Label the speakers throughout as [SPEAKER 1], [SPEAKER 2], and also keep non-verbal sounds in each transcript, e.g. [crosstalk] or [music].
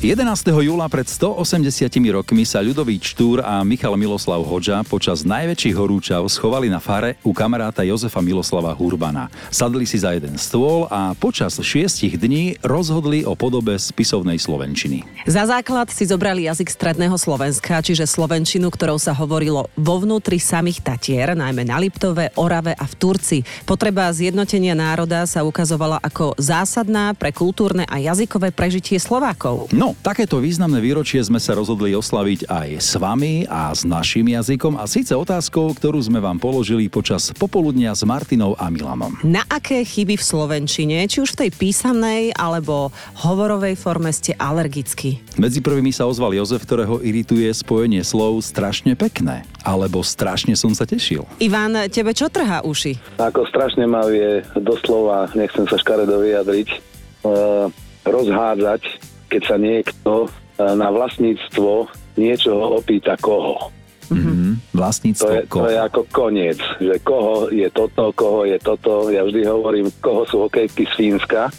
[SPEAKER 1] 11. júla pred 180 rokmi sa Ľudový Čtúr a Michal Miloslav Hoďa počas najväčších horúčav schovali na fare u kamaráta Jozefa Miloslava Hurbana. Sadli si za jeden stôl a počas šiestich dní rozhodli o podobe spisovnej Slovenčiny.
[SPEAKER 2] Za základ si zobrali jazyk stredného Slovenska, čiže slovenčinu, ktorou sa hovorilo vo vnútri samých Tatier, najmä na Liptove, Orave a v Turci. Potreba zjednotenia národa sa ukazovala ako zásadná pre kultúrne a jazykové prežitie Slovákov.
[SPEAKER 1] No, takéto významné výročie sme sa rozhodli oslaviť aj s vami a s našim jazykom a síce otázkou, ktorú sme vám položili počas popoludnia s Martinou a Milanom.
[SPEAKER 2] Na aké chyby v slovenčine, či už v tej písanej alebo hovorovej forme ste alergickí?
[SPEAKER 1] Medzi prvými sa ozval Jozef, ktorého irituje spojenie slov strašne pekné, alebo strašne som sa tešil.
[SPEAKER 2] Ivan, tebe čo trhá uši?
[SPEAKER 3] Ako strašne ma vie doslova, nechcem sa škaredo vyjadriť, e, rozhádzať, keď sa niekto e, na vlastníctvo niečoho opýta koho.
[SPEAKER 1] Mm-hmm.
[SPEAKER 3] To
[SPEAKER 1] Vlastníctvo
[SPEAKER 3] je, to je ako koniec, že koho je toto, koho je toto. Ja vždy hovorím, koho sú hokejky z Fínska.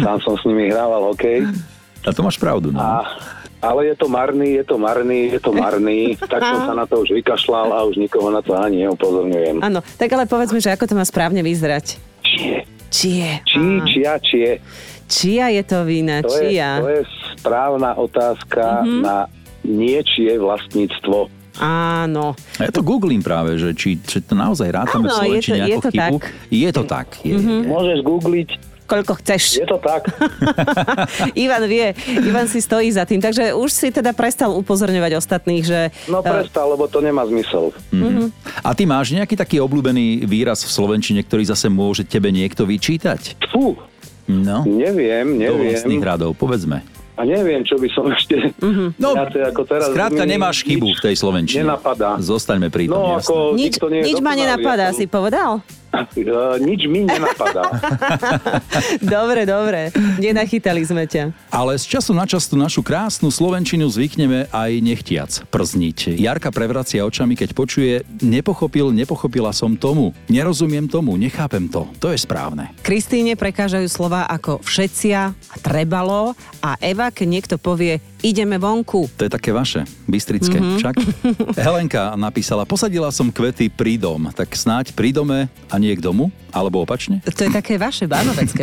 [SPEAKER 3] Sám som s nimi hrával hokej.
[SPEAKER 1] A to máš pravdu, no.
[SPEAKER 3] A, ale je to marný, je to marný, je to marný. Tak som sa na to už vykašľal a už nikoho na to ani neupozorňujem.
[SPEAKER 2] Áno, tak ale povedz mi, že ako to má správne vyzerať.
[SPEAKER 3] Čie.
[SPEAKER 2] Čie.
[SPEAKER 3] Či, čia, čie.
[SPEAKER 2] Čia je to vína,
[SPEAKER 3] To je,
[SPEAKER 2] čia.
[SPEAKER 3] to je správna
[SPEAKER 2] Mhm.
[SPEAKER 3] otázka mm-hmm. na niečie vlastníctvo.
[SPEAKER 2] Áno.
[SPEAKER 1] Ja to googlím práve, že či, či to naozaj rátame v
[SPEAKER 2] Áno, je to-
[SPEAKER 1] Slovenčine
[SPEAKER 2] je
[SPEAKER 1] ako
[SPEAKER 2] to
[SPEAKER 1] chybu.
[SPEAKER 2] tak. Mhm,
[SPEAKER 1] Je to tak. Je, mm-hmm.
[SPEAKER 3] Môžeš googliť,
[SPEAKER 2] Koľko chceš.
[SPEAKER 3] je to tak.
[SPEAKER 2] [laughs] Ivan vie, Ivan si stojí za tým. Takže už si teda prestal upozorňovať ostatných, že... [laughs] eh,
[SPEAKER 3] No prestal, lebo to nemá zmysel.
[SPEAKER 2] mhm.
[SPEAKER 1] A ty máš nejaký taký obľúbený výraz v Slovenčine, ktorý zase môže tebe niekto vyčítať?
[SPEAKER 3] Fú,
[SPEAKER 1] No,
[SPEAKER 3] neviem,
[SPEAKER 1] do vlastných
[SPEAKER 3] neviem.
[SPEAKER 1] radov, povedzme.
[SPEAKER 3] A neviem, čo by som ešte...
[SPEAKER 2] Mhm.
[SPEAKER 1] No,
[SPEAKER 3] viacej ako teraz
[SPEAKER 1] skrátka
[SPEAKER 3] mi
[SPEAKER 1] nemáš
[SPEAKER 3] nič
[SPEAKER 1] chybu v tej Slovenčine.
[SPEAKER 3] Nenapadá.
[SPEAKER 1] Zostaňme pri tom,
[SPEAKER 3] No,
[SPEAKER 1] jasné.
[SPEAKER 3] ako
[SPEAKER 2] Nič,
[SPEAKER 3] nikto nie je
[SPEAKER 2] nič ma
[SPEAKER 3] dokonalý,
[SPEAKER 2] nenapadá,
[SPEAKER 3] ja som-
[SPEAKER 2] si povedal?
[SPEAKER 3] [laughs] Eh, nič
[SPEAKER 2] [laughs]
[SPEAKER 3] mi nenapadá.
[SPEAKER 2] dobre, dobre. Nenachytali sme ťa.
[SPEAKER 1] Ale z času na čas tú našu krásnu Slovenčinu zvykneme aj nechtiac przniť. Jarka prevracia očami, keď počuje nepochopil, nepochopila som tomu, nerozumiem tomu, nechápem to. To je správne.
[SPEAKER 2] Kristíne prekážajú slova ako všetcia a trebalo a Eva, keď niekto povie ideme vonku.
[SPEAKER 1] To je také vaše, bystrické, mm-hmm. však? Helenka napísala, posadila som kvety pri dom, tak snáď pri dome a nie k domu, alebo opačne?
[SPEAKER 2] To je také vaše bánovecké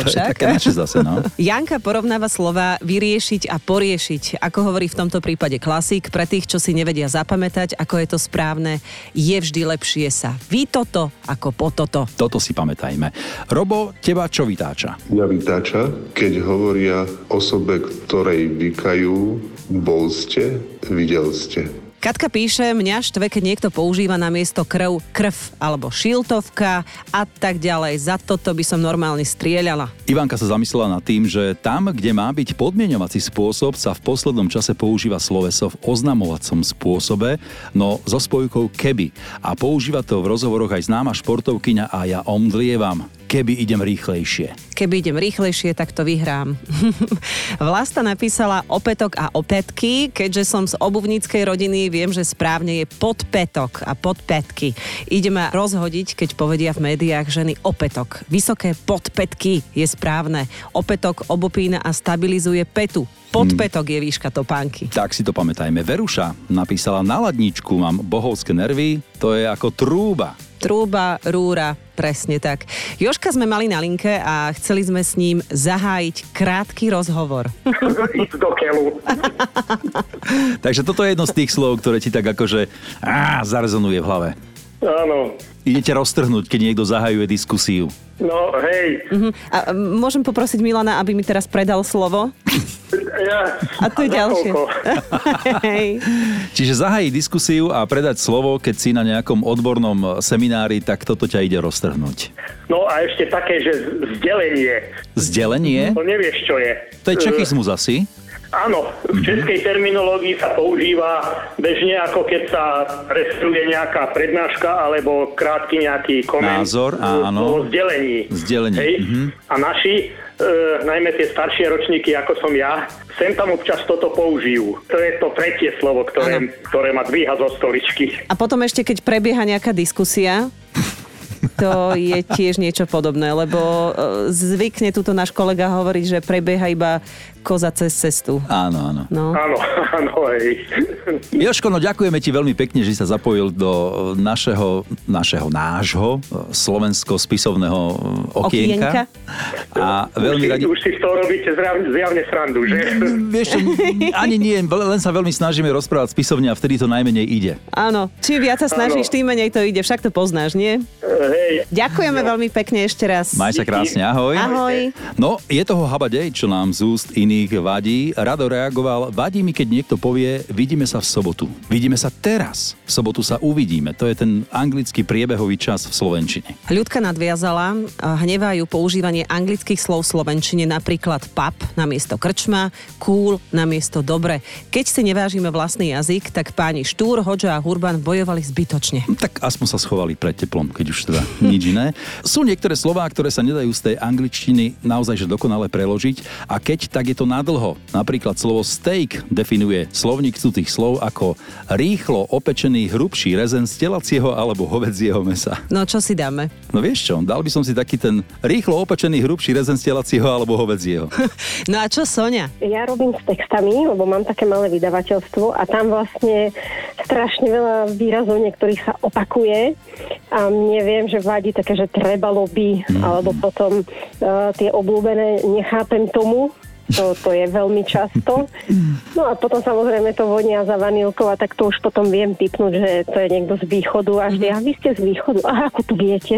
[SPEAKER 1] [laughs] To je
[SPEAKER 2] však.
[SPEAKER 1] také naše zase, no.
[SPEAKER 2] Janka porovnáva slova vyriešiť a poriešiť. Ako hovorí v tomto prípade klasík, pre tých, čo si nevedia zapamätať, ako je to správne, je vždy lepšie sa vy toto ako po toto.
[SPEAKER 1] Toto si pamätajme. Robo, teba čo vytáča?
[SPEAKER 4] Mňa vytáča, keď hovoria osobe, ktorej vykajú, bol ste, videl ste.
[SPEAKER 2] Katka píše, mňa štve, keď niekto používa na miesto krv, krv alebo šiltovka a tak ďalej. Za toto by som normálne strieľala.
[SPEAKER 1] Ivanka sa zamyslela nad tým, že tam, kde má byť podmienovací spôsob, sa v poslednom čase používa sloveso v oznamovacom spôsobe, no so spojkou keby. A používa to v rozhovoroch aj známa športovkyňa a ja omdlievam, keby idem rýchlejšie.
[SPEAKER 2] Keby idem rýchlejšie, tak to vyhrám. [laughs] Vlasta napísala opätok a opätky. Keďže som z obuvníckej rodiny, viem, že správne je podpetok a podpetky. Ideme rozhodiť, keď povedia v médiách ženy opätok. Vysoké podpetky je správne. Opätok obopína a stabilizuje petu. Podpetok je výška topánky.
[SPEAKER 1] Tak si to pamätajme. Veruša napísala na ladničku, mám bohovské nervy, to je ako trúba.
[SPEAKER 2] Trúba, rúra, presne tak. Joška sme mali na linke a chceli sme s ním zahájiť krátky rozhovor.
[SPEAKER 5] ísť do keľu.
[SPEAKER 1] Takže toto je jedno z tých slov, ktoré ti tak akože á, zarezonuje v hlave.
[SPEAKER 5] Áno.
[SPEAKER 1] Idete roztrhnúť, keď niekto zahajuje diskusiu.
[SPEAKER 5] No hej,
[SPEAKER 2] Mhm. A m, môžem poprosiť Milana, aby mi teraz predal slovo?
[SPEAKER 5] ja...
[SPEAKER 2] A tu je
[SPEAKER 5] za
[SPEAKER 2] ďalšie.
[SPEAKER 5] koľko?
[SPEAKER 2] [laughs] Hej.
[SPEAKER 1] Čiže zahájiť diskusiu a predať slovo, keď si na nejakom odbornom seminári, tak toto ťa ide roztrhnúť.
[SPEAKER 5] No a ešte také, že z- zdelenie.
[SPEAKER 1] Zdelenie,
[SPEAKER 5] To nevieš, čo je.
[SPEAKER 1] to je čechizmus asi.
[SPEAKER 5] E, áno, v českej terminológii sa používa bežne ako keď sa restruje nejaká prednáška alebo krátky nejaký koment.
[SPEAKER 1] Názor,
[SPEAKER 5] e,
[SPEAKER 1] áno.
[SPEAKER 5] O zdelení.
[SPEAKER 1] Zdelenie,
[SPEAKER 5] Hej?
[SPEAKER 1] mhm.
[SPEAKER 5] A naši, e, najmä tie staršie ročníky, ako som ja, sem tam občas toto použijú. To je to tretie slovo, ktoré, ktoré ma dvíha zo stoličky.
[SPEAKER 2] A potom ešte, keď prebieha nejaká diskusia, to je tiež niečo podobné, lebo e, zvykne tuto náš kolega hovoriť, že prebieha iba koza cez cestu.
[SPEAKER 1] Áno, áno.
[SPEAKER 2] No.
[SPEAKER 5] Áno, [laughs] áno, hej.
[SPEAKER 1] Joško, no ďakujeme ti veľmi pekne, že si sa zapojil do e, našeho, našeho, nášho e, slovensko-spisovného e, okienka. A veľmi
[SPEAKER 5] už,
[SPEAKER 1] radi...
[SPEAKER 5] si, už si z toho robíte zrav- zjavne srandu, že?
[SPEAKER 1] Vieš, čo, ani nie, len sa veľmi snažíme rozprávať spisovne a vtedy to najmenej ide.
[SPEAKER 2] Áno, čím viac sa snažíš,
[SPEAKER 5] Áno.
[SPEAKER 2] tým menej to ide, však to poznáš, nie?
[SPEAKER 5] hej,
[SPEAKER 2] Ďakujeme veľmi pekne ešte raz.
[SPEAKER 1] Maj sa krásne, ahoj.
[SPEAKER 2] Ahoj.
[SPEAKER 1] No, je toho habadej, čo nám z úst iných vadí. Rado reagoval, vadí mi, keď niekto povie, vidíme sa v sobotu. Vidíme sa teraz. V sobotu sa uvidíme. To je ten anglický priebehový čas v Slovenčine.
[SPEAKER 2] Ľudka nadviazala, a hnevajú používanie anglických slov v slovenčine, napríklad pub na miesto krčma, cool na miesto dobre. Keď si nevážime vlastný jazyk, tak páni Štúr, Hoďa a Hurban bojovali zbytočne.
[SPEAKER 1] Hm, Tak aspoň sa schovali pred teplom, keď už teda nič iné. Sú niektoré slová, ktoré sa nedajú z tej angličtiny naozaj že dokonale preložiť a keď, tak je to nadlho. Napríklad slovo steak definuje slovník cudých slov ako rýchlo opečený hrubší rezen z telacieho alebo hovedzieho mesa.
[SPEAKER 2] No čo si dáme?
[SPEAKER 1] No vieš čo, dal by som si taký ten rýchlo opečený hrubší rezen z telacieho alebo hovedzieho.
[SPEAKER 2] No a čo Sonia?
[SPEAKER 6] Ja robím s textami, lebo mám také malé vydavateľstvo a tam vlastne strašne veľa výrazov niektorých sa opakuje a mne viem, že vadí také, že trebalo by, alebo potom uh, tie obľúbené nechápem tomu, to, to je veľmi často. No a potom samozrejme to vonia za vanilkou a tak to už potom viem typnúť, že to je niekto z východu a vždy, a vy ste z východu, aha, ako to viete.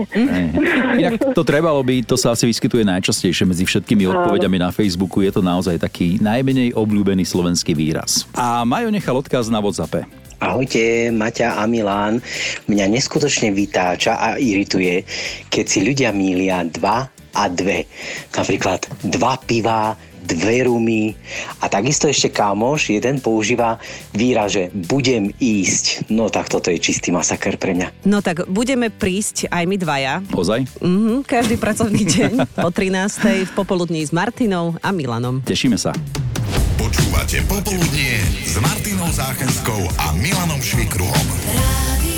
[SPEAKER 1] Inak to trebalo by, to sa asi vyskytuje najčastejšie medzi všetkými odpovediami na Facebooku. Je to naozaj taký najmenej obľúbený slovenský výraz. A Majo nechal odkaz na WhatsAppe.
[SPEAKER 7] Ahojte, Maťa a Milán. Mňa neskutočne vytáča a irituje, keď si ľudia mília dva a dve. Napríklad dva piva, dve rumy a takisto ešte kámoš jeden používa výraz, že budem ísť. No tak toto je čistý masaker pre mňa.
[SPEAKER 2] No tak budeme prísť aj my dvaja.
[SPEAKER 1] Ozaj?
[SPEAKER 2] Mhm, každý pracovný deň o 13.00 v popoludní s Martinou a Milanom.
[SPEAKER 1] Tešíme sa.
[SPEAKER 8] Počúvate Popoludnie s Martinou Záchenskou a Milanom Švikruhom.
[SPEAKER 9] Radio